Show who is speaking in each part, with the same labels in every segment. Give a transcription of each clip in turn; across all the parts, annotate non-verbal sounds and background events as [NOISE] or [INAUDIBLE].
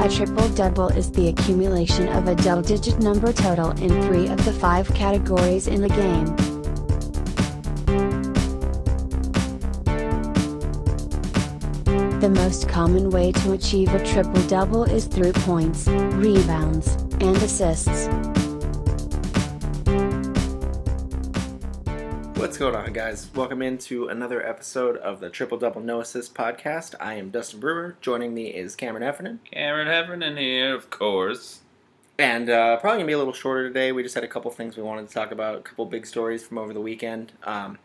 Speaker 1: A triple double is the accumulation of a double digit number total in three of the five categories in the game. The most common way to achieve a triple double is through points, rebounds, and assists.
Speaker 2: What's going on, guys? Welcome into another episode of the Triple Double No Assist podcast. I am Dustin Brewer. Joining me is Cameron Heffernan.
Speaker 3: Cameron Heffernan here, of course.
Speaker 2: And uh, probably going to be a little shorter today. We just had a couple things we wanted to talk about, a couple big stories from over the weekend. Um,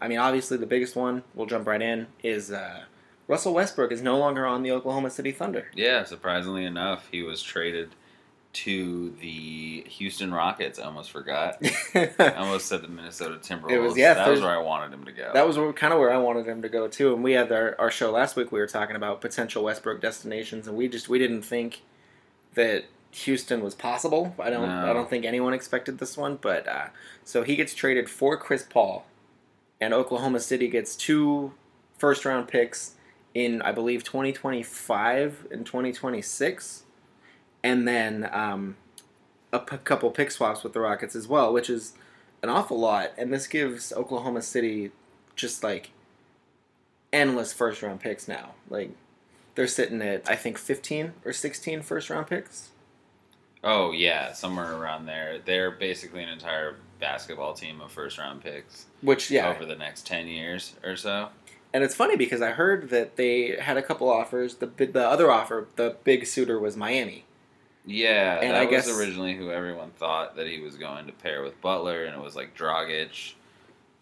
Speaker 2: I mean, obviously, the biggest one, we'll jump right in, is uh, Russell Westbrook is no longer on the Oklahoma City Thunder. [LAUGHS]
Speaker 3: Yeah, surprisingly enough, he was traded to the Houston Rockets. I almost forgot. I
Speaker 2: that
Speaker 3: almost said the Minnesota Timberwolves.
Speaker 2: It was- yeah,
Speaker 3: that was
Speaker 2: Thurs-
Speaker 3: where I wanted him to go.
Speaker 2: was kind of where I wanted him to go, too. And we had our, our show last week, we were talking about potential Westbrook destinations, and we just we didn't think that Houston was possible. I don't
Speaker 3: No.
Speaker 2: I don't think anyone expected this one, but uh, so he gets traded for Chris Paul, and Oklahoma City gets two first round picks in I believe 2025 and 2026, and then um, a p- couple pick swaps with the Rockets as well, which is an awful lot, and this gives Oklahoma City just like endless first round picks now, like they're sitting at I think 15 or 16 first round picks.
Speaker 3: oh yeah, somewhere around there. They're basically an entire basketball team of first round picks
Speaker 2: Which yeah,
Speaker 3: over the next ten years or so.
Speaker 2: and it's funny because I heard that they had a couple offers. The bi- the other offer, the big suitor was Miami.
Speaker 3: Yeah,
Speaker 2: And
Speaker 3: that
Speaker 2: I
Speaker 3: was
Speaker 2: guess-
Speaker 3: originally who everyone thought that he was going to pair with Butler, and it was like Drogic,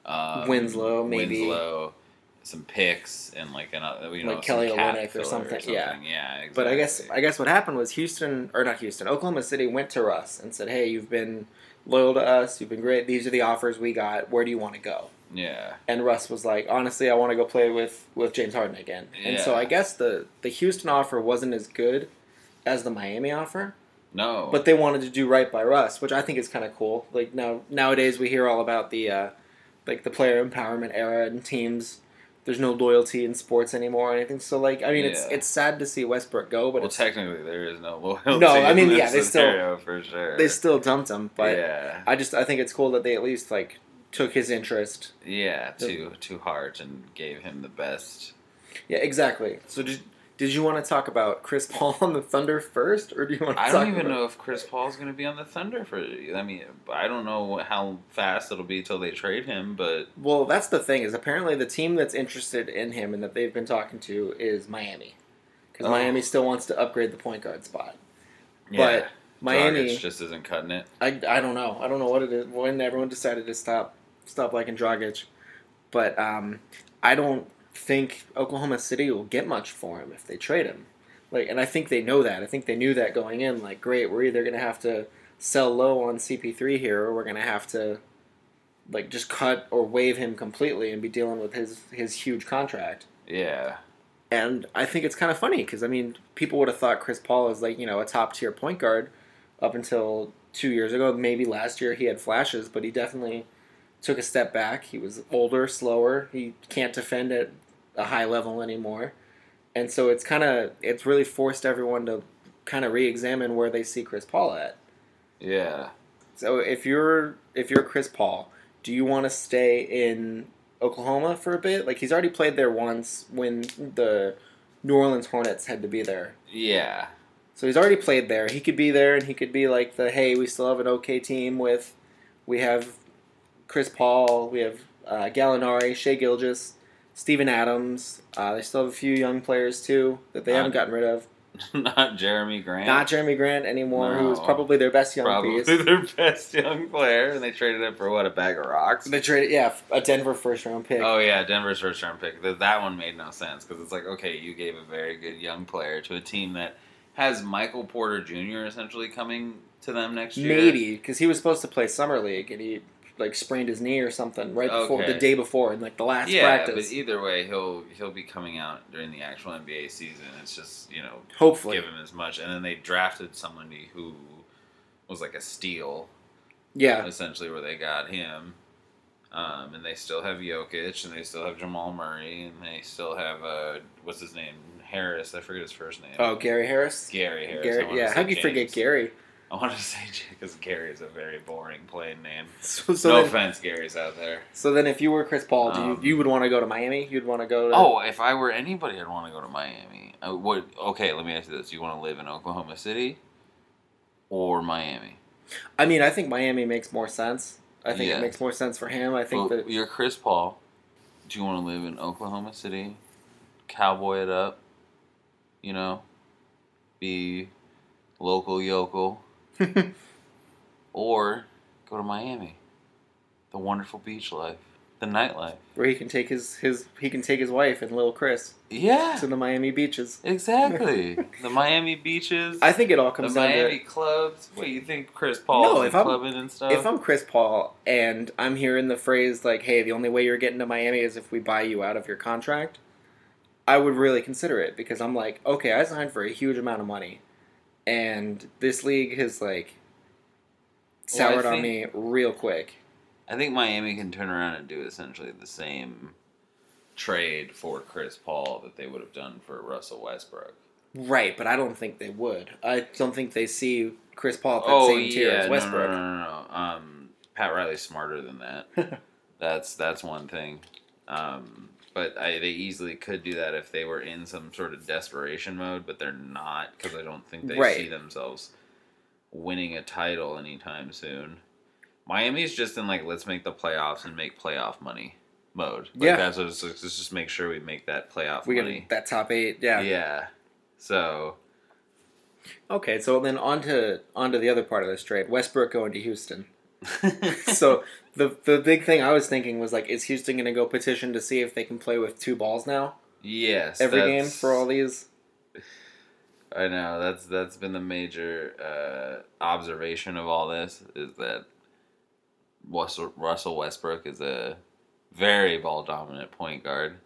Speaker 3: um,
Speaker 2: Winslow, maybe.
Speaker 3: Winslow, some picks, and like another you know
Speaker 2: Like
Speaker 3: some
Speaker 2: Kelly
Speaker 3: cap
Speaker 2: Olynyk or
Speaker 3: filler
Speaker 2: something, yeah.
Speaker 3: yeah. Exactly.
Speaker 2: But I guess I guess what happened was Houston or not Houston, Oklahoma City went to Russ and said, "Hey, you've been loyal to us. You've been great. These are the offers we got. Where do you want to go?"
Speaker 3: yeah,
Speaker 2: And Russ was like, "Honestly, I want to go play with with James Harden again." And so
Speaker 3: Yeah.
Speaker 2: I guess the the Houston offer wasn't as good as the Miami offer.
Speaker 3: no,
Speaker 2: but they wanted to do right by Russ, which I think is kind of cool. Like now nowadays we hear all about the uh, like the player empowerment era and teams. There's no loyalty in sports anymore or anything. So like I mean, it's
Speaker 3: Yeah.
Speaker 2: it's sad to see Westbrook go, but
Speaker 3: well,
Speaker 2: it's-
Speaker 3: technically there is no loyalty.
Speaker 2: No, I
Speaker 3: in
Speaker 2: mean,
Speaker 3: this
Speaker 2: yeah, they still-
Speaker 3: scenario for sure.
Speaker 2: they still dumped him. But
Speaker 3: yeah,
Speaker 2: I just I think it's cool that they at least like took his interest.
Speaker 3: yeah, to to heart and gave him the best.
Speaker 2: Yeah, exactly. So did did you want to talk about Chris Paul on the Thunder first, or do you want? to
Speaker 3: I
Speaker 2: talk
Speaker 3: don't even
Speaker 2: about-
Speaker 3: know if Chris Paul's going to be on the Thunder for. I mean, I don't know how fast it'll be till they trade him, but
Speaker 2: Well, that's the thing is apparently the team that's interested in him and that they've been talking to is Miami, because
Speaker 3: Oh.
Speaker 2: Miami still wants to upgrade the point guard spot.
Speaker 3: yeah.
Speaker 2: But Miami,
Speaker 3: Dragic just isn't cutting it.
Speaker 2: I, I don't know, I don't know what it is when everyone decided to stop stop liking Dragic, but um, I don't think Oklahoma City will get much for him if they trade him. Like, and I think they know that. I think they knew that going in. Like, great, we're either gonna have to sell low on CP3 here, or we're gonna have to like just cut or waive him completely and be dealing with his his huge contract.
Speaker 3: Yeah,
Speaker 2: And I think it's kind of funny because I mean, people would have thought Chris Paul is like you know a top tier point guard up until two years ago. Maybe last year he had flashes, but he definitely took a step back. He was older, slower. He can't defend at a high level anymore, and so it's kind of it's really forced everyone to kind of re-examine where they see Chris Paul at.
Speaker 3: yeah.
Speaker 2: So if you're if you're Chris Paul, do you want to stay in Oklahoma for a bit? Like he's already played there once when the New Orleans Hornets had to be there.
Speaker 3: Yeah. [LAUGHS]
Speaker 2: So he's already played there. He could be there and he could be like the hey, we still have an okay team with we have Chris Paul, we have uh, Gallinari, Shea Gilgis, Steven Adams. Uh, they still have a few young players too that they haven't
Speaker 3: Um,
Speaker 2: gotten rid of.
Speaker 3: Not Jeremy Grant.
Speaker 2: Not Jeremy Grant anymore, who was
Speaker 3: No.
Speaker 2: probably their best young
Speaker 3: probably [LAUGHS]
Speaker 2: piece.
Speaker 3: their best young player, and they traded him for what a bag of rocks.
Speaker 2: They traded, yeah, a Denver first round pick.
Speaker 3: Oh yeah, Denver's first round pick. Th- That one made no sense because it's like okay, you gave a very good young player to a team that has Michael Porter Jr. essentially coming to them next year.
Speaker 2: Maybe because he was supposed to play summer league and he like sprained his knee or something right before
Speaker 3: Okay.
Speaker 2: the day before in like the last
Speaker 3: yeah,
Speaker 2: practice.
Speaker 3: but either way, he'll he'll be coming out during the actual NBA season. It's just you know
Speaker 2: Hopefully,
Speaker 3: give him as much, and then they drafted somebody who was like a steal
Speaker 2: yeah.
Speaker 3: essentially where they got him. Um, and they still have Jokic, and they still have Jamal Murray, and they still have uh, what's his name Harris. I forget his first name.
Speaker 2: Oh, Gary Harris.
Speaker 3: Gary Harris. I
Speaker 2: Gary,
Speaker 3: wanna
Speaker 2: yeah,
Speaker 3: say
Speaker 2: how can you
Speaker 3: James.
Speaker 2: forget Gary? [LAUGHS]
Speaker 3: I want to say because Gary is a very boring playing name.
Speaker 2: So, so,
Speaker 3: no
Speaker 2: then,
Speaker 3: offense, Gary's out there.
Speaker 2: so then, if you were Chris Paul, do
Speaker 3: Um,
Speaker 2: you, you would want to go to Miami? You'd want to go to
Speaker 3: Oh, if I were anybody, I'd want to go to Miami. I would. Okay, let me ask you this: Do you want to live in Oklahoma City or Miami?
Speaker 2: I mean, I think Miami makes more sense. I think
Speaker 3: Yeah.
Speaker 2: it makes more sense for him. I think
Speaker 3: Well,
Speaker 2: that
Speaker 3: you're Chris Paul. Do you want to live in Oklahoma City, cowboy it up, you know, be local
Speaker 2: [LAUGHS]
Speaker 3: yokel, or go to Miami, the wonderful beach life, the nightlife.
Speaker 2: where he can take his, his he can take his wife and little Chris
Speaker 3: Yeah,
Speaker 2: to the Miami beaches.
Speaker 3: exactly. the Miami beaches.
Speaker 2: I think it all
Speaker 3: the
Speaker 2: comes down
Speaker 3: Miami
Speaker 2: to
Speaker 3: clubs. What you think, Chris Paul?
Speaker 2: No,
Speaker 3: is
Speaker 2: if I'm-
Speaker 3: clubbing and stuff.
Speaker 2: if I'm Chris Paul and I'm hearing the phrase like, "Hey, the only way you're getting to Miami is if we buy you out of your contract," I would really consider it because I'm like, okay, I signed for a huge amount of money, and this league has like
Speaker 3: Well, I
Speaker 2: soured on me
Speaker 3: think-
Speaker 2: real quick.
Speaker 3: I think Miami can turn around and do essentially the same trade for Chris Paul that they would have done for Russell Westbrook.
Speaker 2: Right, but I don't think they would. I don't think they see Chris Paul at that
Speaker 3: Oh
Speaker 2: same tier
Speaker 3: yeah,
Speaker 2: as
Speaker 3: no,
Speaker 2: Westbrook.
Speaker 3: No, no, no, no, no. Um, Pat Riley's smarter
Speaker 2: [LAUGHS]
Speaker 3: than that. that's that's one thing. Um, but I, they easily could do that if they were in some sort of desperation mode, but they're not because I don't think they
Speaker 2: Right.
Speaker 3: see themselves winning a title anytime soon. Miami's just in like let's make the playoffs and make playoff money mode. Like,
Speaker 2: Yeah.
Speaker 3: that's what it's, let's just make sure we make that playoff
Speaker 2: We
Speaker 3: money.
Speaker 2: get that top eight, yeah.
Speaker 3: yeah. So
Speaker 2: Okay, so then on to, on to the other part of this trade Westbrook going to Houston. so the the big thing I was thinking was like, is Houston going to go petition to see if they can play with two balls now
Speaker 3: yes,
Speaker 2: every game
Speaker 3: that's-
Speaker 2: for all these?
Speaker 3: I know that's that's been the major uh, observation of all this is that Russell, Russell Westbrook is a very ball dominant point guard,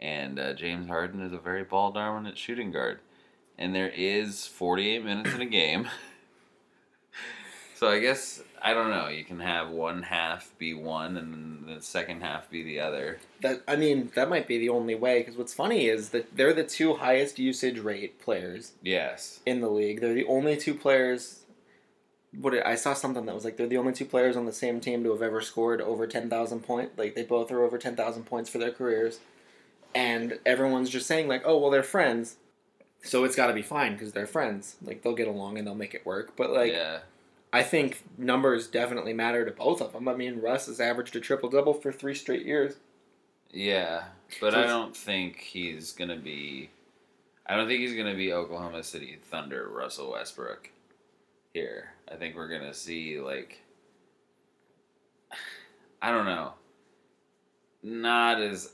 Speaker 3: and uh, James Harden is a very ball dominant shooting guard, and there is forty eight minutes in a game. So I guess I don't know. You can have one half be one, and then the second half be the other.
Speaker 2: That I mean, that might be the only way. Because what's funny is that they're the two highest usage rate players
Speaker 3: Yes.
Speaker 2: in the league. They're the only two players. What did- I saw something that was like they're the only two players on the same team to have ever scored over ten thousand point. Like they both are over ten thousand points for their careers, and everyone's just saying like, oh well, they're friends, so it's got to be fine because they're friends. Like they'll get along and they'll make it work. But like
Speaker 3: yeah.
Speaker 2: I think numbers definitely matter to both of them. I mean, Russ has averaged a triple double for three straight years.
Speaker 3: Yeah, but
Speaker 2: So
Speaker 3: I
Speaker 2: it's-
Speaker 3: don't think he's gonna be. I don't think he's gonna be Oklahoma City Thunder Russell Westbrook. Here, I think we're gonna see like. I don't know. Not as.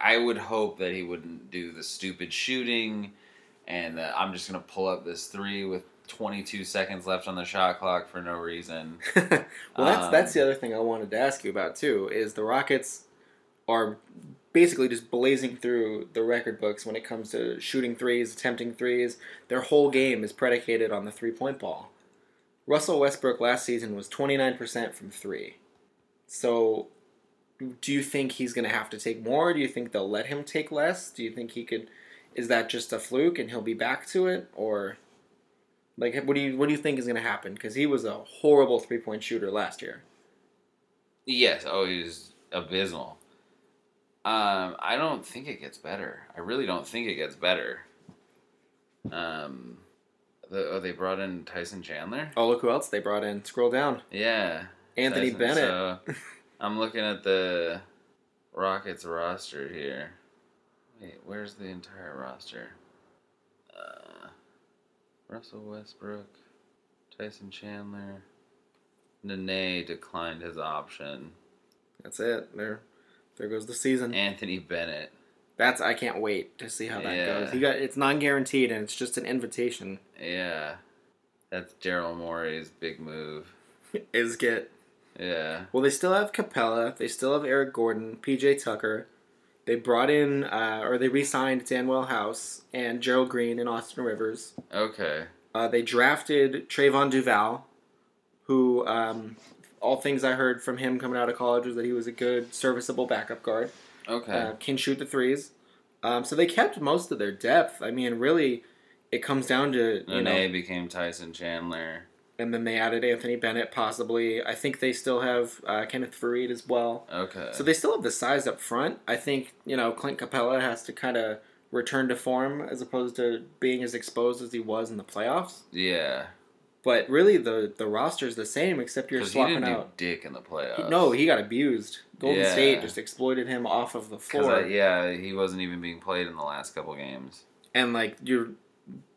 Speaker 3: I would hope that he wouldn't do the stupid shooting, and that I'm just gonna pull up this three with 22 seconds left on the shot clock for no reason.
Speaker 2: [LAUGHS] well, that's that's the
Speaker 3: Um,
Speaker 2: other thing I wanted to ask you about too. Is the Rockets are basically just blazing through the record books when it comes to shooting threes, attempting threes. Their whole game is predicated on the three point ball. Russell Westbrook last season was twenty nine percent from three. So, do you think he's going to have to take more? Do you think they'll let him take less? Do you think he could? Is that just a fluke and he'll be back to it, or? Like, what do you what do you think is going to happen? Because he was a horrible three point shooter last year.
Speaker 3: Yes. Oh, he's abysmal. Um, I don't think it gets better. I really don't think it gets better. Um, the, oh, they brought in Tyson Chandler.
Speaker 2: Oh, look who else they brought in. Scroll down,
Speaker 3: Yeah,
Speaker 2: Anthony
Speaker 3: Tyson-
Speaker 2: Bennett. [LAUGHS]
Speaker 3: So I'm looking at the Rockets roster here. Wait, where's the entire roster? Uh, Russell Westbrook, Tyson Chandler, Nene declined his option.
Speaker 2: That's it. There, there goes the season.
Speaker 3: Anthony Bennett.
Speaker 2: That's I can't wait to see how that
Speaker 3: Yeah.
Speaker 2: goes. He got it's non guaranteed and it's just an invitation. [LAUGHS]
Speaker 3: Yeah. That's Daryl Morey's big move.
Speaker 2: Is get
Speaker 3: Yeah.
Speaker 2: well. They still have Capella. They still have Eric Gordon, PJ Tucker. They brought in uh, or they re-signed Danwell House and Gerald Green and Austin Rivers.
Speaker 3: Okay.
Speaker 2: Uh, they drafted Trayvon Duval, who um, all things I heard from him coming out of college was that he was a good, serviceable backup guard.
Speaker 3: Okay.
Speaker 2: Uh, can shoot the threes. Um, so they kept most of their depth. I mean, really, it comes down to you
Speaker 3: and
Speaker 2: know,
Speaker 3: they became Tyson Chandler.
Speaker 2: and then they added Anthony Bennett possibly. I think they still have uh, Kenneth Faried as well.
Speaker 3: Okay.
Speaker 2: So they still have the size up front. I think you know Clint Capella has to kind of return to form as opposed to being as exposed as he was in the playoffs.
Speaker 3: yeah.
Speaker 2: But really, the the roster's the same except you're
Speaker 3: Because he
Speaker 2: swapping
Speaker 3: didn't
Speaker 2: out.
Speaker 3: do dick in the
Speaker 2: He-
Speaker 3: playoffs.
Speaker 2: no, he got abused. Golden
Speaker 3: Yeah.
Speaker 2: State just exploited him off of the
Speaker 3: 'Cause,
Speaker 2: floor,
Speaker 3: uh, yeah, he wasn't even being played in the last couple games.
Speaker 2: and like you're,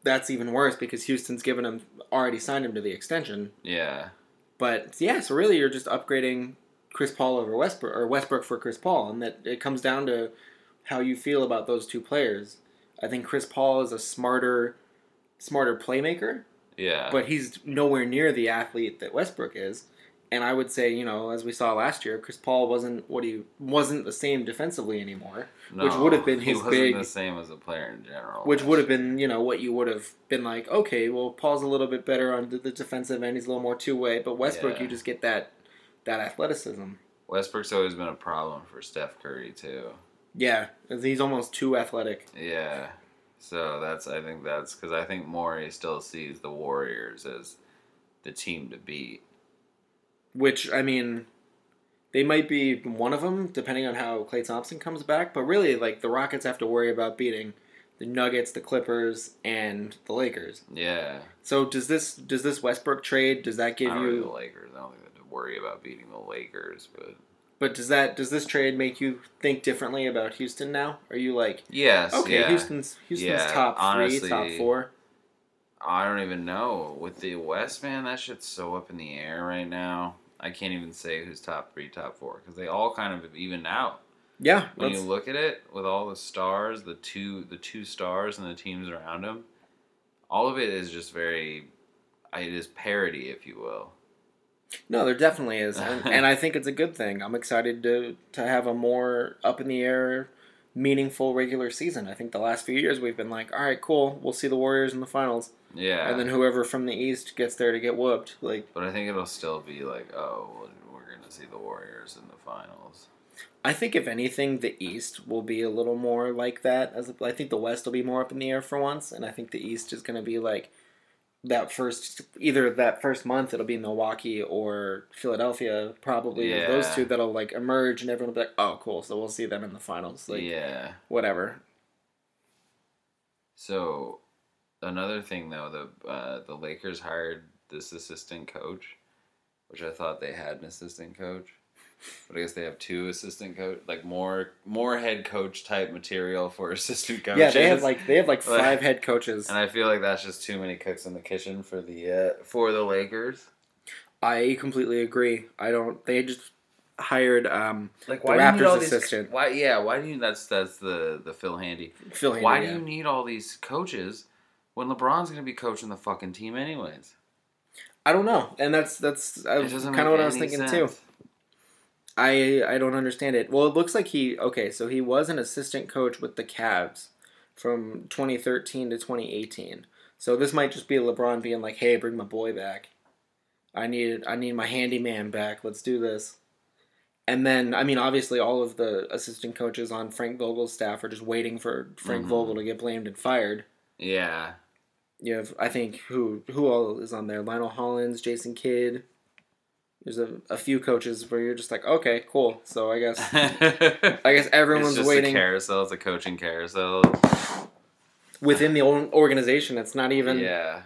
Speaker 2: that's even worse because Houston's given him already signed him to the extension.
Speaker 3: Yeah.
Speaker 2: But yeah, so really you're just upgrading Chris Paul over Westbrook or Westbrook for Chris Paul, and that it comes down to how you feel about those two players. I think Chris Paul is a smarter, smarter playmaker,
Speaker 3: Yeah.
Speaker 2: but he's nowhere near the athlete that Westbrook is. And I would say, you know, as we saw last year, Chris Paul wasn't what he wasn't the same defensively anymore, which would have been
Speaker 3: he
Speaker 2: his
Speaker 3: wasn't
Speaker 2: big-
Speaker 3: the same as a player in general.
Speaker 2: which would have been, you know, what you would have been like. Okay, well, Paul's a little bit better on the the defensive end; he's a little more two way. But Westbrook,
Speaker 3: Yeah.
Speaker 2: you just get that that athleticism.
Speaker 3: Westbrook's always been a problem for Steph Curry too.
Speaker 2: Yeah, he's almost too athletic.
Speaker 3: Yeah. So that's I think that's because I think Morey still sees the Warriors as the team to beat.
Speaker 2: Which I mean, they might be one of them depending on how Clay Thompson comes back. But really, like the Rockets have to worry about beating the Nuggets, the Clippers, and the Lakers.
Speaker 3: Yeah.
Speaker 2: So does this does this Westbrook trade does that give
Speaker 3: Not really the
Speaker 2: you?
Speaker 3: Lakers. I don't think they have to worry about beating the Lakers, but
Speaker 2: But does that does this trade make you think differently about Houston now? Are you like
Speaker 3: yes.
Speaker 2: okay,
Speaker 3: yeah.
Speaker 2: Houston's Houston's
Speaker 3: Yeah,
Speaker 2: top
Speaker 3: honestly,
Speaker 2: three, top four?
Speaker 3: I don't even know. With the West, man, that shit's so up in the air right now. I can't even say who's top three, top four, because they all kind of have evened out.
Speaker 2: Yeah,
Speaker 3: When
Speaker 2: that's-
Speaker 3: you look at it, with all the stars, the two, the two stars, and the teams around them, all of it is just very, it is parody, if you will.
Speaker 2: No, there definitely is,
Speaker 3: [LAUGHS]
Speaker 2: and, and I think it's a good thing. I'm excited to to have a more up in the air, meaningful regular season. I think the last few years we've been like, all right, cool, we'll see the Warriors in the finals,
Speaker 3: Yeah.
Speaker 2: and then whoever from the East gets there to get whooped. Like,
Speaker 3: but I think it'll still be like, oh, well, we're gonna see the Warriors in the finals.
Speaker 2: I think if anything, the East will be a little more like that. As I think the West will be more up in the air for once, and I think the East is going to be like that first either that first month it'll be Milwaukee or Philadelphia probably
Speaker 3: Yeah.
Speaker 2: those two that'll like emerge and everyone will be like oh cool so we'll see them in the finals like
Speaker 3: yeah.
Speaker 2: whatever
Speaker 3: So, another thing though, the uh, the Lakers hired this assistant coach, which I thought they had an assistant coach, but I guess they have two assistant coach, like more more head coach type material for [LAUGHS] assistant coaches.
Speaker 2: yeah they have like they have like
Speaker 3: Like-
Speaker 2: five head coaches
Speaker 3: and I feel like that's just too many cooks in the kitchen for the uh, for the Lakers.
Speaker 2: I completely agree I don't they just hired um
Speaker 3: Like
Speaker 2: The
Speaker 3: why do you need
Speaker 2: Raptors
Speaker 3: all these?
Speaker 2: assistant.
Speaker 3: Why yeah? Why do you? That's that's the the Phil Handy.
Speaker 2: Phil Handy,
Speaker 3: why
Speaker 2: yeah.
Speaker 3: do you need all these coaches when LeBron's gonna be coaching the fucking team anyways?
Speaker 2: I don't know and that's that's uh,
Speaker 3: It
Speaker 2: kind of
Speaker 3: doesn't
Speaker 2: what
Speaker 3: make
Speaker 2: I was
Speaker 3: any
Speaker 2: thinking too
Speaker 3: sense.
Speaker 2: I I don't understand it. Well, it looks like he okay, so he was an assistant coach with the Cavs from 2013 to 2018. So this might just be LeBron being like, "Hey, bring my boy back. I need I need my handyman back. Let's do this." And then, I mean, obviously, all of the assistant coaches on Frank Vogel's staff are just waiting for Frank
Speaker 3: Mhm.
Speaker 2: Vogel to get blamed and fired.
Speaker 3: Yeah.
Speaker 2: You have, I think, who who all is on there? Lionel Hollins, Jason Kidd. There's a, a few coaches where you're just like, okay, cool. So I guess
Speaker 3: Everyone's
Speaker 2: I guess [LAUGHS] everyone's
Speaker 3: it's just A
Speaker 2: waiting
Speaker 3: carousel. It's a coaching carousel.
Speaker 2: within the or- organization. It's not even.
Speaker 3: yeah.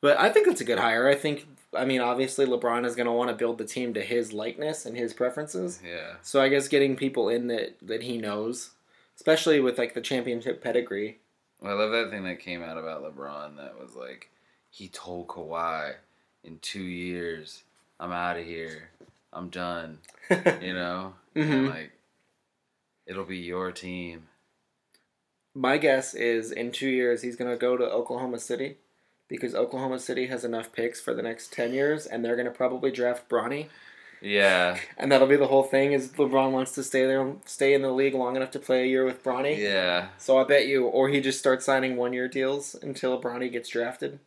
Speaker 2: But I think it's a good hire. I think. I mean, obviously, LeBron is going to want to build the team to his likeness and his preferences.
Speaker 3: Yeah.
Speaker 2: So I guess getting people in that that he knows, especially with like the championship pedigree.
Speaker 3: Well, I love that thing that came out about LeBron that was like, he told Kawhi, in two years, I'm out of here. I'm done.
Speaker 2: [LAUGHS]
Speaker 3: You know? And
Speaker 2: Mhm.
Speaker 3: like, it'll be your team.
Speaker 2: My guess is in two years he's going to go to Oklahoma City. Because Oklahoma City has enough picks for the next ten years, and they're going to probably draft Bronny,
Speaker 3: Yeah.
Speaker 2: and that'll be the whole thing. Is LeBron wants to stay there, stay in the league long enough to play a year with Bronny?
Speaker 3: Yeah.
Speaker 2: So I bet you, or he just
Speaker 3: [LAUGHS]
Speaker 2: starts signing one year deals until Bronny gets drafted.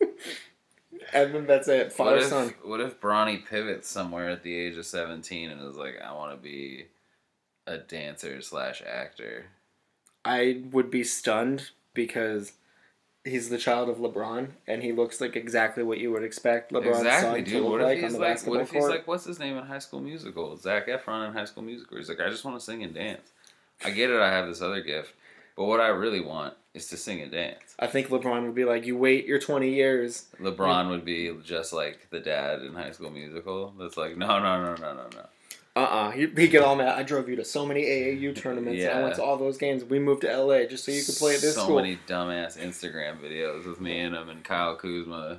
Speaker 2: and then that's it.
Speaker 3: What
Speaker 2: Father,
Speaker 3: if,
Speaker 2: son.
Speaker 3: what if Bronny pivots somewhere at the age of 17 and is like, I want to be a dancer slash actor?
Speaker 2: I would be stunned because he's the child of LeBron, and he looks like exactly what you would expect LeBron's
Speaker 3: exactly,
Speaker 2: son
Speaker 3: dude.
Speaker 2: to look
Speaker 3: What
Speaker 2: like
Speaker 3: if,
Speaker 2: on
Speaker 3: he's
Speaker 2: the
Speaker 3: like,
Speaker 2: basketball
Speaker 3: what if
Speaker 2: court.
Speaker 3: he's like, what's his name in High School Musical? Zach Efron in High School Musical. He's like, I just want to sing and dance. I get it, I have this other gift, but what I really want is to sing and dance.
Speaker 2: I think LeBron would be like, "You wait your twenty years."
Speaker 3: LeBron would be just like the dad in High School Musical. That's like, no, no, no, no, no, no.
Speaker 2: Uh uh He He'd get all mad. I drove you to so many AAU tournaments. and I
Speaker 3: Yeah.
Speaker 2: went to all those games. We moved to LA just so you could play at this
Speaker 3: so
Speaker 2: school.
Speaker 3: many dumbass Instagram videos with me in them and Kyle Kuzma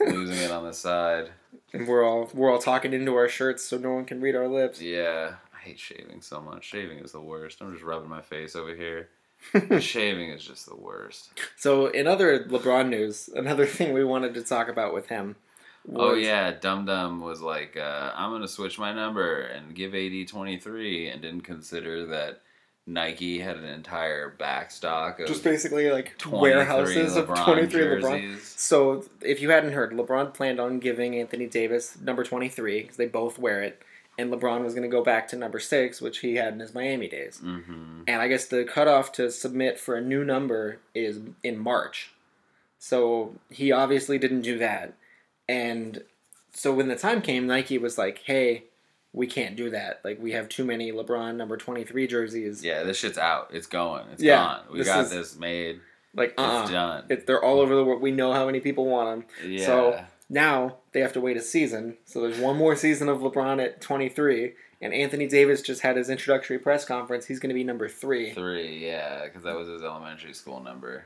Speaker 3: losing it on the side.
Speaker 2: [LAUGHS] and we're all we're all talking into our shirts so no one can read our lips.
Speaker 3: Yeah, I hate shaving so much. Shaving is the worst. I'm just rubbing my face
Speaker 2: [LAUGHS]
Speaker 3: over here. shaving is just the worst.
Speaker 2: So in other LeBron news, another thing we wanted to talk about with him.
Speaker 3: Oh
Speaker 2: was-
Speaker 3: yeah, Dum Dum was like, uh, I'm gonna switch my number and give AD 23, and didn't consider that Nike had an entire backstock of
Speaker 2: Just basically like
Speaker 3: 23
Speaker 2: warehouses of
Speaker 3: LeBron
Speaker 2: twenty three LeBron
Speaker 3: jerseys.
Speaker 2: So, if you hadn't heard, LeBron planned on giving Anthony Davis number 23 because they both wear it, and LeBron was going to go back to number 6, which he had in his Miami days.
Speaker 3: Mm-hmm.
Speaker 2: And I guess the cutoff to submit for a new number is in March. So, he obviously didn't do that. And so, when the time came, Nike was like, hey, we can't do that. Like, we have too many LeBron number 23 jerseys.
Speaker 3: Yeah, this shit's out. It's going. It's
Speaker 2: Yeah,
Speaker 3: gone. We
Speaker 2: this
Speaker 3: got
Speaker 2: is-
Speaker 3: this made.
Speaker 2: Like,
Speaker 3: It's
Speaker 2: uh uh
Speaker 3: done.
Speaker 2: It, they're all over the world. We know how many people want them.
Speaker 3: yeah.
Speaker 2: So now they have to wait a season. So there's one more season of LeBron at 23, and Anthony Davis just had his introductory press conference. He's going to be number three.
Speaker 3: Three, yeah, because that was his elementary school number.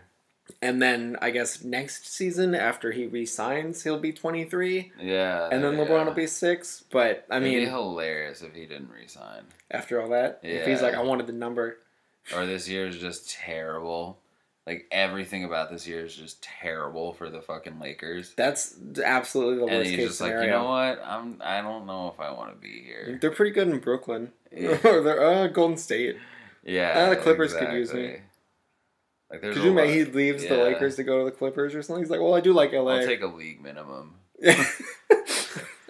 Speaker 2: And then I guess next season, after he re signs, he'll be 23.
Speaker 3: Yeah.
Speaker 2: And then
Speaker 3: Uh, yeah.
Speaker 2: LeBron will be six. But I
Speaker 3: It'd be
Speaker 2: mean,
Speaker 3: hilarious if he didn't resign.
Speaker 2: after all that, if he's
Speaker 3: Yeah.
Speaker 2: like, I wanted the number.
Speaker 3: Or this year is just terrible. Like everything about this year is just terrible for the fucking Lakers.
Speaker 2: That's absolutely the
Speaker 3: and
Speaker 2: worst
Speaker 3: he's
Speaker 2: case
Speaker 3: just
Speaker 2: scenario.
Speaker 3: like, you know what? I'm. I don't know if I want to be here.
Speaker 2: They're pretty good in Brooklyn.
Speaker 3: Yeah.
Speaker 2: [LAUGHS] or they're uh, Golden State.
Speaker 3: Yeah.
Speaker 2: Uh, the Clippers could use me.
Speaker 3: exactly. Like, there's
Speaker 2: Could
Speaker 3: a
Speaker 2: you imagine
Speaker 3: lot-
Speaker 2: he leaves the
Speaker 3: yeah.
Speaker 2: Lakers to go to the Clippers or something? He's like, well, I do like LA.
Speaker 3: I'll take a league minimum.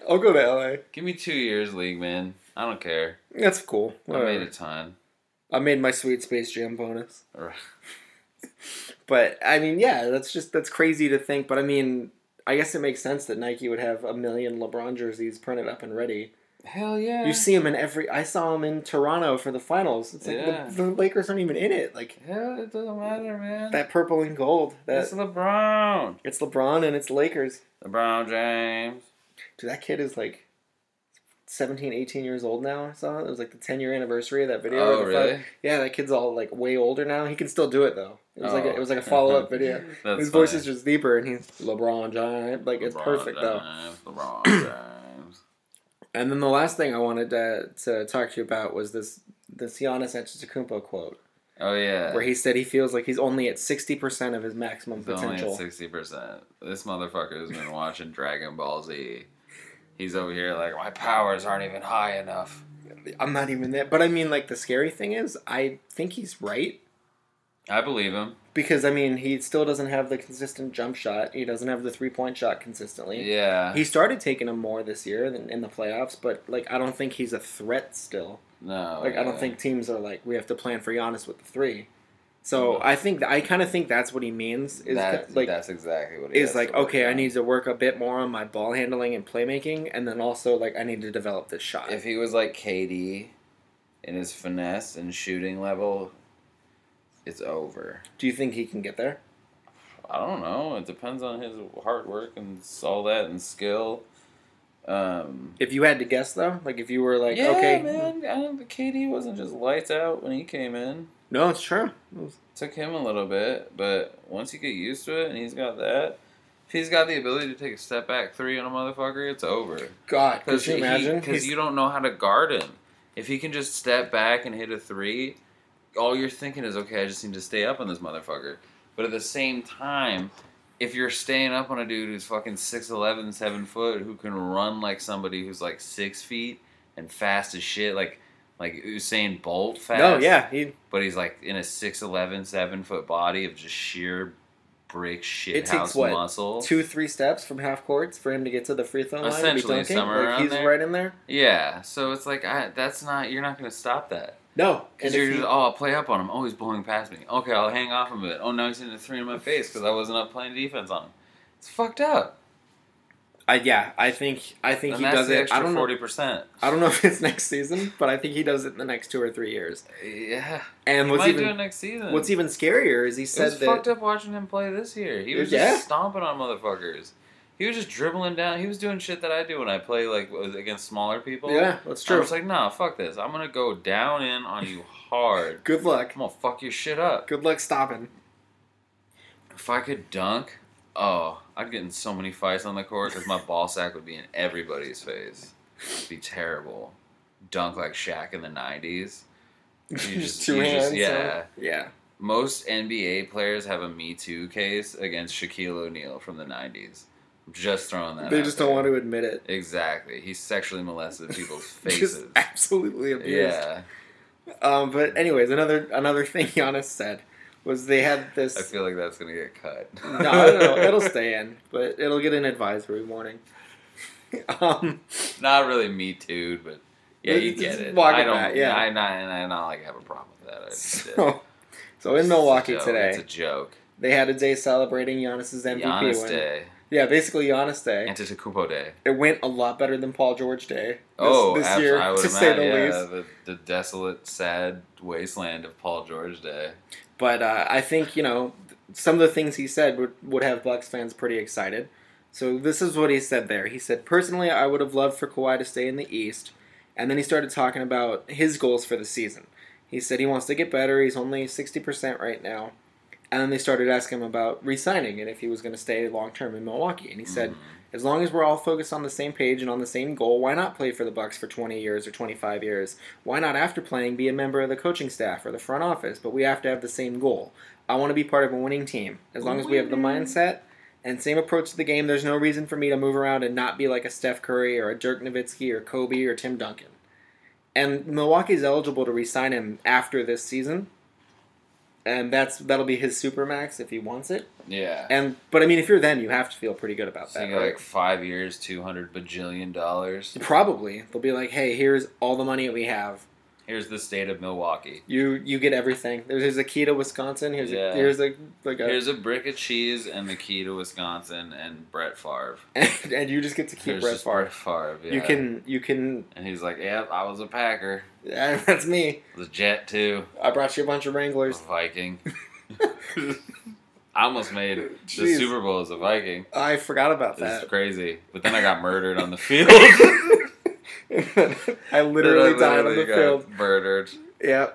Speaker 2: I'll go to LA.
Speaker 3: Give me two years, league man. I don't care.
Speaker 2: That's cool.
Speaker 3: I
Speaker 2: Whatever.
Speaker 3: made a ton.
Speaker 2: my sweet Space Jam bonus.
Speaker 3: Or- [LAUGHS]
Speaker 2: But I mean, yeah, that's just that's crazy to think. But I mean, I guess it makes sense that Nike would have a million LeBron jerseys printed up and ready.
Speaker 3: Hell yeah.
Speaker 2: You see them in every. I saw them in Toronto for the finals. It's like
Speaker 3: Yeah.
Speaker 2: the, the Lakers aren't even in it. Like
Speaker 3: Hell, it doesn't matter, man.
Speaker 2: that purple and gold. That
Speaker 3: It's LeBron.
Speaker 2: it's LeBron and it's Lakers.
Speaker 3: LeBron James.
Speaker 2: Dude, that kid is like 17, 18 years old now. I saw it. It was like the 10 year anniversary of that video.
Speaker 3: Oh,
Speaker 2: The fuck-
Speaker 3: really?
Speaker 2: Yeah, that kid's all like way older now. He can still do it though. It was like a,
Speaker 3: Oh.
Speaker 2: it
Speaker 3: [LAUGHS]
Speaker 2: was like a follow up video.
Speaker 3: That's
Speaker 2: His voice is just deeper, and he's LeBron James. Like it's perfect though.
Speaker 3: though. LeBron [COUGHS] James.
Speaker 2: And then the last thing I wanted to, to talk to you about was this this Giannis Antetokounmpo quote,
Speaker 3: Oh yeah.
Speaker 2: where he said he feels like he's only at sixty percent of his maximum
Speaker 3: He's only at
Speaker 2: potential.
Speaker 3: sixty percent. This motherfucker's been watching Dragon Ball Z. He's over here like my powers aren't even high enough.
Speaker 2: I'm not even there, but I mean, like the scary thing is, I think he's right
Speaker 3: I believe him.
Speaker 2: because I mean, he still doesn't have the consistent jump shot. He doesn't have the three point shot consistently.
Speaker 3: Yeah.
Speaker 2: He started taking them more this year than in the playoffs, but like I don't think he's a threat still.
Speaker 3: no.
Speaker 2: Like I don't
Speaker 3: yeah.
Speaker 2: think teams are like we have to plan for Giannis with the three. So
Speaker 3: No.
Speaker 2: I think I kind of think that's what he means is
Speaker 3: Mm-hmm. That-
Speaker 2: ki- like
Speaker 3: that's exactly what it
Speaker 2: is like okay, I need to work a bit more on my ball handling and playmaking, and then also like I need to develop this shot.
Speaker 3: If he was like KD in his finesse and shooting level, it's over.
Speaker 2: Do you think he can get there?
Speaker 3: I don't know. It depends on his hard work and s- all that and skill. Um,
Speaker 2: If you had to guess though, like if you were like
Speaker 3: yeah,
Speaker 2: okay,
Speaker 3: man. I don't, KD wasn't just lights out when he came in.
Speaker 2: no, it's true.
Speaker 3: took him a little bit, but once you get used to it and he's got that, if he's got the ability to take a step back three on a motherfucker, it's over.
Speaker 2: God, could
Speaker 3: Because
Speaker 2: you imagine?
Speaker 3: Because
Speaker 2: He's-
Speaker 3: you don't know how to guard him. If he can just step back and hit a three, all you're thinking is, okay, I just need to stay up on this motherfucker. But at the same time, if you're staying up on a dude who's fucking 6'11, 7 foot, who can run like somebody who's like 6 feet and fast as shit, like like Usain Bolt fast
Speaker 2: no, yeah, he
Speaker 3: but he's like in a 6'11", 7 foot body of just sheer brick shit
Speaker 2: It
Speaker 3: house
Speaker 2: takes what
Speaker 3: muscle.
Speaker 2: two, three steps from half courts for him to get to the free throw line. and be
Speaker 3: Essentially,
Speaker 2: dunking.
Speaker 3: somewhere
Speaker 2: like,
Speaker 3: around
Speaker 2: he's
Speaker 3: there.
Speaker 2: right in there.
Speaker 3: yeah, so it's like I, that's not you're not gonna stop that.
Speaker 2: No,
Speaker 3: Because
Speaker 2: and
Speaker 3: you're
Speaker 2: if
Speaker 3: just,
Speaker 2: he-
Speaker 3: oh, I'll play up on him. Oh, he's blowing past me. Okay, I'll hang off him a bit. Oh, now he's hitting a three in my face because I wasn't up playing defense on him. It's fucked up.
Speaker 2: I, yeah, I think I think he
Speaker 3: And that's
Speaker 2: does
Speaker 3: the
Speaker 2: it. I
Speaker 3: extra
Speaker 2: don't know.
Speaker 3: forty percent.
Speaker 2: I don't know [LAUGHS] if it's next season, but I think he does it in the next two or three years.
Speaker 3: Yeah,
Speaker 2: And what's
Speaker 3: might do it
Speaker 2: even
Speaker 3: next season.
Speaker 2: what's even scarier is he
Speaker 3: It
Speaker 2: said
Speaker 3: was
Speaker 2: that
Speaker 3: fucked up watching him play this year. He was
Speaker 2: Yeah.
Speaker 3: just stomping on motherfuckers. He was just dribbling down. He was doing shit that I do when I play like was against smaller people.
Speaker 2: yeah, that's
Speaker 3: I
Speaker 2: true.
Speaker 3: was like, nah, fuck this. I'm gonna go down in on you hard.
Speaker 2: Good luck.
Speaker 3: I'm gonna fuck your shit up.
Speaker 2: Good luck stopping.
Speaker 3: If I could dunk, oh, I'd get in so many fights on the court because my ball sack would be in everybody's face. It'd be terrible. Dunk like Shaq in the '90s.
Speaker 2: [LAUGHS]
Speaker 3: You just-
Speaker 2: two
Speaker 3: you just-
Speaker 2: hands. huh?
Speaker 3: yeah.
Speaker 2: yeah.
Speaker 3: Most NBA players have a Me Too case against Shaquille O'Neal from the '90s. I'm just throwing that.
Speaker 2: They just don't want to admit it.
Speaker 3: to. Exactly. He sexually molested
Speaker 2: [LAUGHS]
Speaker 3: people's
Speaker 2: Just
Speaker 3: faces.
Speaker 2: absolutely abused.
Speaker 3: yeah.
Speaker 2: Um, but anyways, another another [LAUGHS] thing Giannis said was they had
Speaker 3: I
Speaker 2: this.
Speaker 3: feel like that's gonna get cut.
Speaker 2: [LAUGHS] no, I don't know.
Speaker 3: [LAUGHS]
Speaker 2: It'll stay in, but it'll get an advisory warning. [LAUGHS] um,
Speaker 3: not really me too, but yeah, you
Speaker 2: Just
Speaker 3: get it.
Speaker 2: walk it
Speaker 3: I don't.
Speaker 2: back, yeah.
Speaker 3: I not. And I not like have a problem with that. I
Speaker 2: [LAUGHS]
Speaker 3: just did.
Speaker 2: so, so
Speaker 3: It's
Speaker 2: in
Speaker 3: a
Speaker 2: Milwaukee
Speaker 3: joke. it's a
Speaker 2: today,
Speaker 3: joke.
Speaker 2: they had a day celebrating Giannis's MVP
Speaker 3: Giannis
Speaker 2: win.
Speaker 3: Day,
Speaker 2: Yeah, basically Giannis Day.
Speaker 3: Antetokounmpo Day.
Speaker 2: It went a lot better than Paul George Day this,
Speaker 3: oh,
Speaker 2: this
Speaker 3: abs-
Speaker 2: year,
Speaker 3: I would
Speaker 2: to
Speaker 3: imagine,
Speaker 2: say the
Speaker 3: yeah,
Speaker 2: least.
Speaker 3: The, the desolate, sad wasteland of Paul George Day.
Speaker 2: But uh, I think you know some of the things he said would, would have Bucks fans pretty excited. So this is what he said there. He said, "Personally, I would have loved for Kawhi to stay in the East," and then he started talking about his goals for the season. He said he wants to get better. He's only sixty percent right now, and then they started asking him about re-signing and if he was going to stay long term in Milwaukee. And he said, "As long as we're all focused on the same page and on the same goal, why not play for the Bucks for twenty years or twenty-five years? Why not, after playing, be a member of the coaching staff or the front office? But we have to have the same goal. I want to be part of a winning team. As long as we have the mindset and same approach to the game, there's no reason for me to move around and not be like a Steph Curry or a Dirk Nowitzki or Kobe or Tim Duncan. And Milwaukee's eligible to re-sign him after this season, and that's that'll be his supermax if he wants it.
Speaker 3: Yeah.
Speaker 2: And but I mean, if you're them, you have to feel pretty good about
Speaker 3: So
Speaker 2: that.
Speaker 3: you got
Speaker 2: right?
Speaker 3: like five years, two hundred bajillion dollars.
Speaker 2: Probably they'll be like, "Hey, here's all the money we have.
Speaker 3: Here's the state of Milwaukee.
Speaker 2: You you get everything. There's, here's a key to Wisconsin. Here's
Speaker 3: Yeah.
Speaker 2: a, here's a like a
Speaker 3: Here's a brick of cheese and the key to Wisconsin and Brett Favre.
Speaker 2: and, [LAUGHS] and you just get to keep
Speaker 3: There's
Speaker 2: Brett
Speaker 3: just
Speaker 2: Favre.
Speaker 3: Brett Favre. Yeah.
Speaker 2: You can you can. [LAUGHS]
Speaker 3: And he's like, "Yep, I was a Packer,
Speaker 2: Uh, that's me.
Speaker 3: I was a Jet too,
Speaker 2: I brought you a bunch of
Speaker 3: I was
Speaker 2: Wranglers.
Speaker 3: a
Speaker 2: [LAUGHS]
Speaker 3: Viking. I almost made the
Speaker 2: Jeez.
Speaker 3: Super Bowl as a Viking.
Speaker 2: I forgot about
Speaker 3: This
Speaker 2: that.
Speaker 3: is crazy. But then I got
Speaker 2: [LAUGHS]
Speaker 3: murdered on the field.
Speaker 2: I literally
Speaker 3: Then I [LAUGHS]
Speaker 2: died on
Speaker 3: literally
Speaker 2: the
Speaker 3: got
Speaker 2: field.
Speaker 3: Murdered.
Speaker 2: Yeah,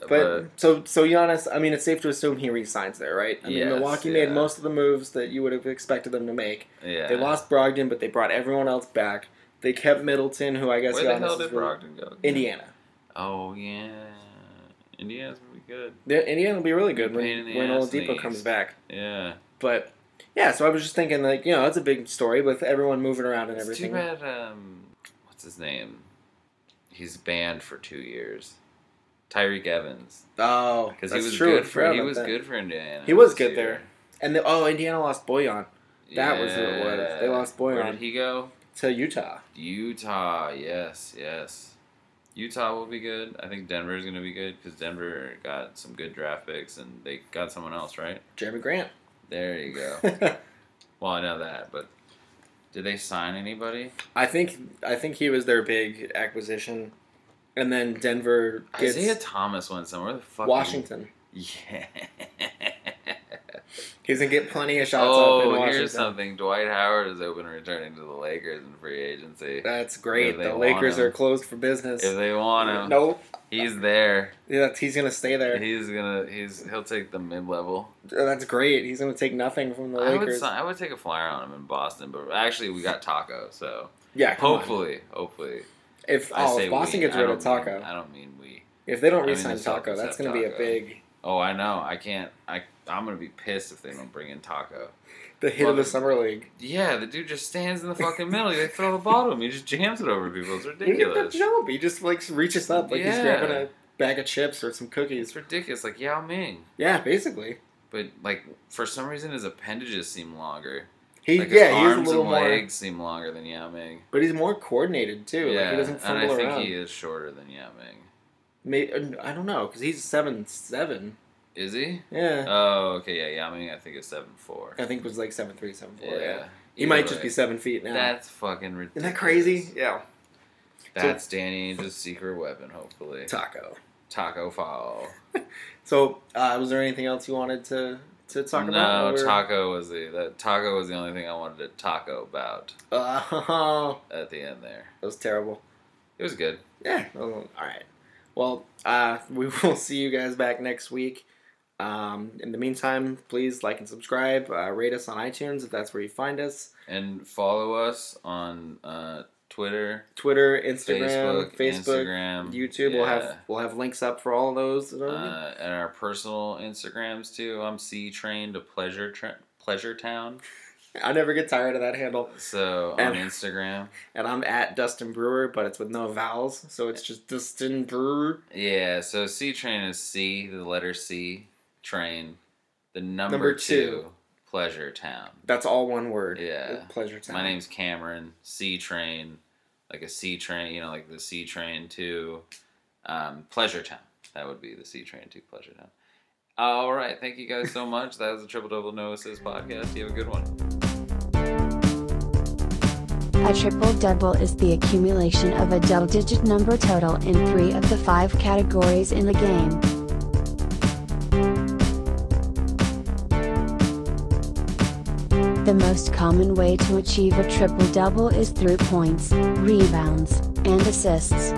Speaker 3: But,
Speaker 2: but, so so Giannis. I mean, it's safe to assume he resigns there, right? I mean,
Speaker 3: Yes,
Speaker 2: Milwaukee
Speaker 3: yeah.
Speaker 2: made most of the moves that you would have expected them to make.
Speaker 3: yeah,
Speaker 2: They lost Brogdon, but they brought everyone else back. They kept Middleton, who I guess
Speaker 3: Where the
Speaker 2: Giannis
Speaker 3: hell
Speaker 2: is
Speaker 3: did
Speaker 2: really-
Speaker 3: Brogdon go?
Speaker 2: Indiana.
Speaker 3: Oh yeah, Indiana's gonna be good.
Speaker 2: They're, Indiana will be really good
Speaker 3: Pain in
Speaker 2: when,
Speaker 3: the
Speaker 2: when
Speaker 3: ass
Speaker 2: Old
Speaker 3: in the
Speaker 2: Depot comes
Speaker 3: East.
Speaker 2: back.
Speaker 3: Yeah,
Speaker 2: But yeah, so I was just thinking, like, you know, that's a big story with everyone moving around and
Speaker 3: it's too
Speaker 2: everything.
Speaker 3: bad. Um, what's his name? He's banned for two years. Tyreek Evans,
Speaker 2: Oh,
Speaker 3: because he
Speaker 2: that's
Speaker 3: was
Speaker 2: true. I
Speaker 3: good for
Speaker 2: forgot
Speaker 3: he
Speaker 2: about
Speaker 3: was
Speaker 2: that.
Speaker 3: good for Indiana.
Speaker 2: He was
Speaker 3: this
Speaker 2: good
Speaker 3: year.
Speaker 2: there. And the, oh, Indiana lost Boyan That was who it was.
Speaker 3: Yeah.
Speaker 2: They lost
Speaker 3: Where
Speaker 2: Boyan.
Speaker 3: did he go?
Speaker 2: to Utah.
Speaker 3: Utah, yes, yes. Utah will be good. I think Denver's going to be good because Denver got some good draft picks and they got someone else, right?
Speaker 2: Jeremy Grant.
Speaker 3: There
Speaker 2: [LAUGHS]
Speaker 3: you go. well, I know that, but did they sign anybody?
Speaker 2: I think I think he was their big acquisition, and then Denver gets
Speaker 3: Isaiah Thomas went somewhere. The fuck
Speaker 2: Washington.
Speaker 3: Yeah. [LAUGHS]
Speaker 2: He's gonna get plenty of shots up in
Speaker 3: oh,
Speaker 2: Washington.
Speaker 3: here's something. Dwight Howard is open to returning to the Lakers in free agency.
Speaker 2: That's great.
Speaker 3: If they
Speaker 2: The
Speaker 3: want
Speaker 2: Lakers
Speaker 3: him.
Speaker 2: are closed for business.
Speaker 3: If they want him,
Speaker 2: Nope.
Speaker 3: he's there.
Speaker 2: Yeah, that's- he's gonna stay there. Uh,
Speaker 3: He's gonna. He's he'll take the mid level.
Speaker 2: That's great. He's gonna take nothing from the
Speaker 3: I would,
Speaker 2: Lakers.
Speaker 3: sign, I would take a flyer on him in Boston, but actually we got Taco, so
Speaker 2: yeah, come on.
Speaker 3: hopefully, hopefully.
Speaker 2: If
Speaker 3: I
Speaker 2: oh,
Speaker 3: say
Speaker 2: if Boston
Speaker 3: we,
Speaker 2: gets
Speaker 3: I
Speaker 2: rid of
Speaker 3: don't mean-
Speaker 2: Taco,
Speaker 3: I don't mean we.
Speaker 2: if they don't
Speaker 3: I mean,
Speaker 2: re-sign
Speaker 3: the
Speaker 2: Taco,
Speaker 3: Celtics
Speaker 2: that's
Speaker 3: have
Speaker 2: going to be a
Speaker 3: Taco.
Speaker 2: big
Speaker 3: Oh, I know. I can't. I I'm gonna be pissed if they don't bring in Taco.
Speaker 2: the hit of
Speaker 3: Love
Speaker 2: the
Speaker 3: it.
Speaker 2: summer league.
Speaker 3: Yeah, the dude just stands in the fucking middle. They throw the ball to him. He just jams it over people. It's
Speaker 2: He didn't have
Speaker 3: ridiculous.
Speaker 2: to jump. He just like reaches up like he's
Speaker 3: Yeah.
Speaker 2: grabbing a bag of chips or some cookies.
Speaker 3: It's ridiculous. Like Yao Ming.
Speaker 2: Yeah, basically.
Speaker 3: But like for some reason, his appendages seem longer.
Speaker 2: He
Speaker 3: like, his
Speaker 2: yeah, he's
Speaker 3: arms
Speaker 2: a little
Speaker 3: and
Speaker 2: more,
Speaker 3: legs seem longer than Yamig.
Speaker 2: but he's more coordinated too.
Speaker 3: yeah,
Speaker 2: like he doesn't
Speaker 3: and I
Speaker 2: fumble
Speaker 3: think
Speaker 2: around.
Speaker 3: he is shorter than Yamig.
Speaker 2: May- uh, I don't know because he's seven seven.
Speaker 3: Is he?
Speaker 2: Yeah,
Speaker 3: Oh, okay, yeah, Yamig I think is seven four.
Speaker 2: I think it was like seven three, seven
Speaker 3: Yeah,
Speaker 2: four. Yeah, he might just be
Speaker 3: Either
Speaker 2: seven feet now.
Speaker 3: way. That's fucking ridiculous.
Speaker 2: Isn't that crazy? Yeah,
Speaker 3: That's Danny Danny's secret weapon, hopefully.
Speaker 2: taco.
Speaker 3: Taco foul.
Speaker 2: So, uh, was there anything else you wanted to to talk about?
Speaker 3: no,
Speaker 2: or- [LAUGHS]
Speaker 3: taco was the that taco was the only thing I wanted to taco about
Speaker 2: Uh,
Speaker 3: at the end there.
Speaker 2: that was terrible.
Speaker 3: It was good.
Speaker 2: Yeah. All right. Well, uh, [LAUGHS] we will see you guys back next week. Um, in the meantime, please like and subscribe. Uh, rate us on iTunes if that's where you find us.
Speaker 3: And follow us on uh, Twitter,
Speaker 2: Twitter, Instagram,
Speaker 3: Facebook,
Speaker 2: Facebook,
Speaker 3: Instagram,
Speaker 2: YouTube. We'll have
Speaker 3: yeah.
Speaker 2: we'll have links up for all of those.
Speaker 3: uh, and our personal Instagrams too. I'm C Train to Pleasure Tra- Pleasure Town.
Speaker 2: I never get tired of that handle.
Speaker 3: So on
Speaker 2: And-
Speaker 3: Instagram,
Speaker 2: And I'm at Dustin Brewer, but it's with no vowels, so it's just Dustin Brewer.
Speaker 3: yeah. So C Train is C, the letter C, Train, the number,
Speaker 2: Number
Speaker 3: two,
Speaker 2: two.
Speaker 3: Pleasure Town.
Speaker 2: That's all one word.
Speaker 3: Yeah.
Speaker 2: Pleasure time.
Speaker 3: My name's Cameron C Train, like a C Train, you know, like the C Train to um, Pleasure Town. That would be the C Train to Pleasure Town. All right, thank you guys so much. That was the Triple Double No Assist podcast. You have a good one.
Speaker 1: A triple double is the accumulation of a double digit number total in three of the five categories in the game. The most common way to achieve a triple double is through points, rebounds, and assists.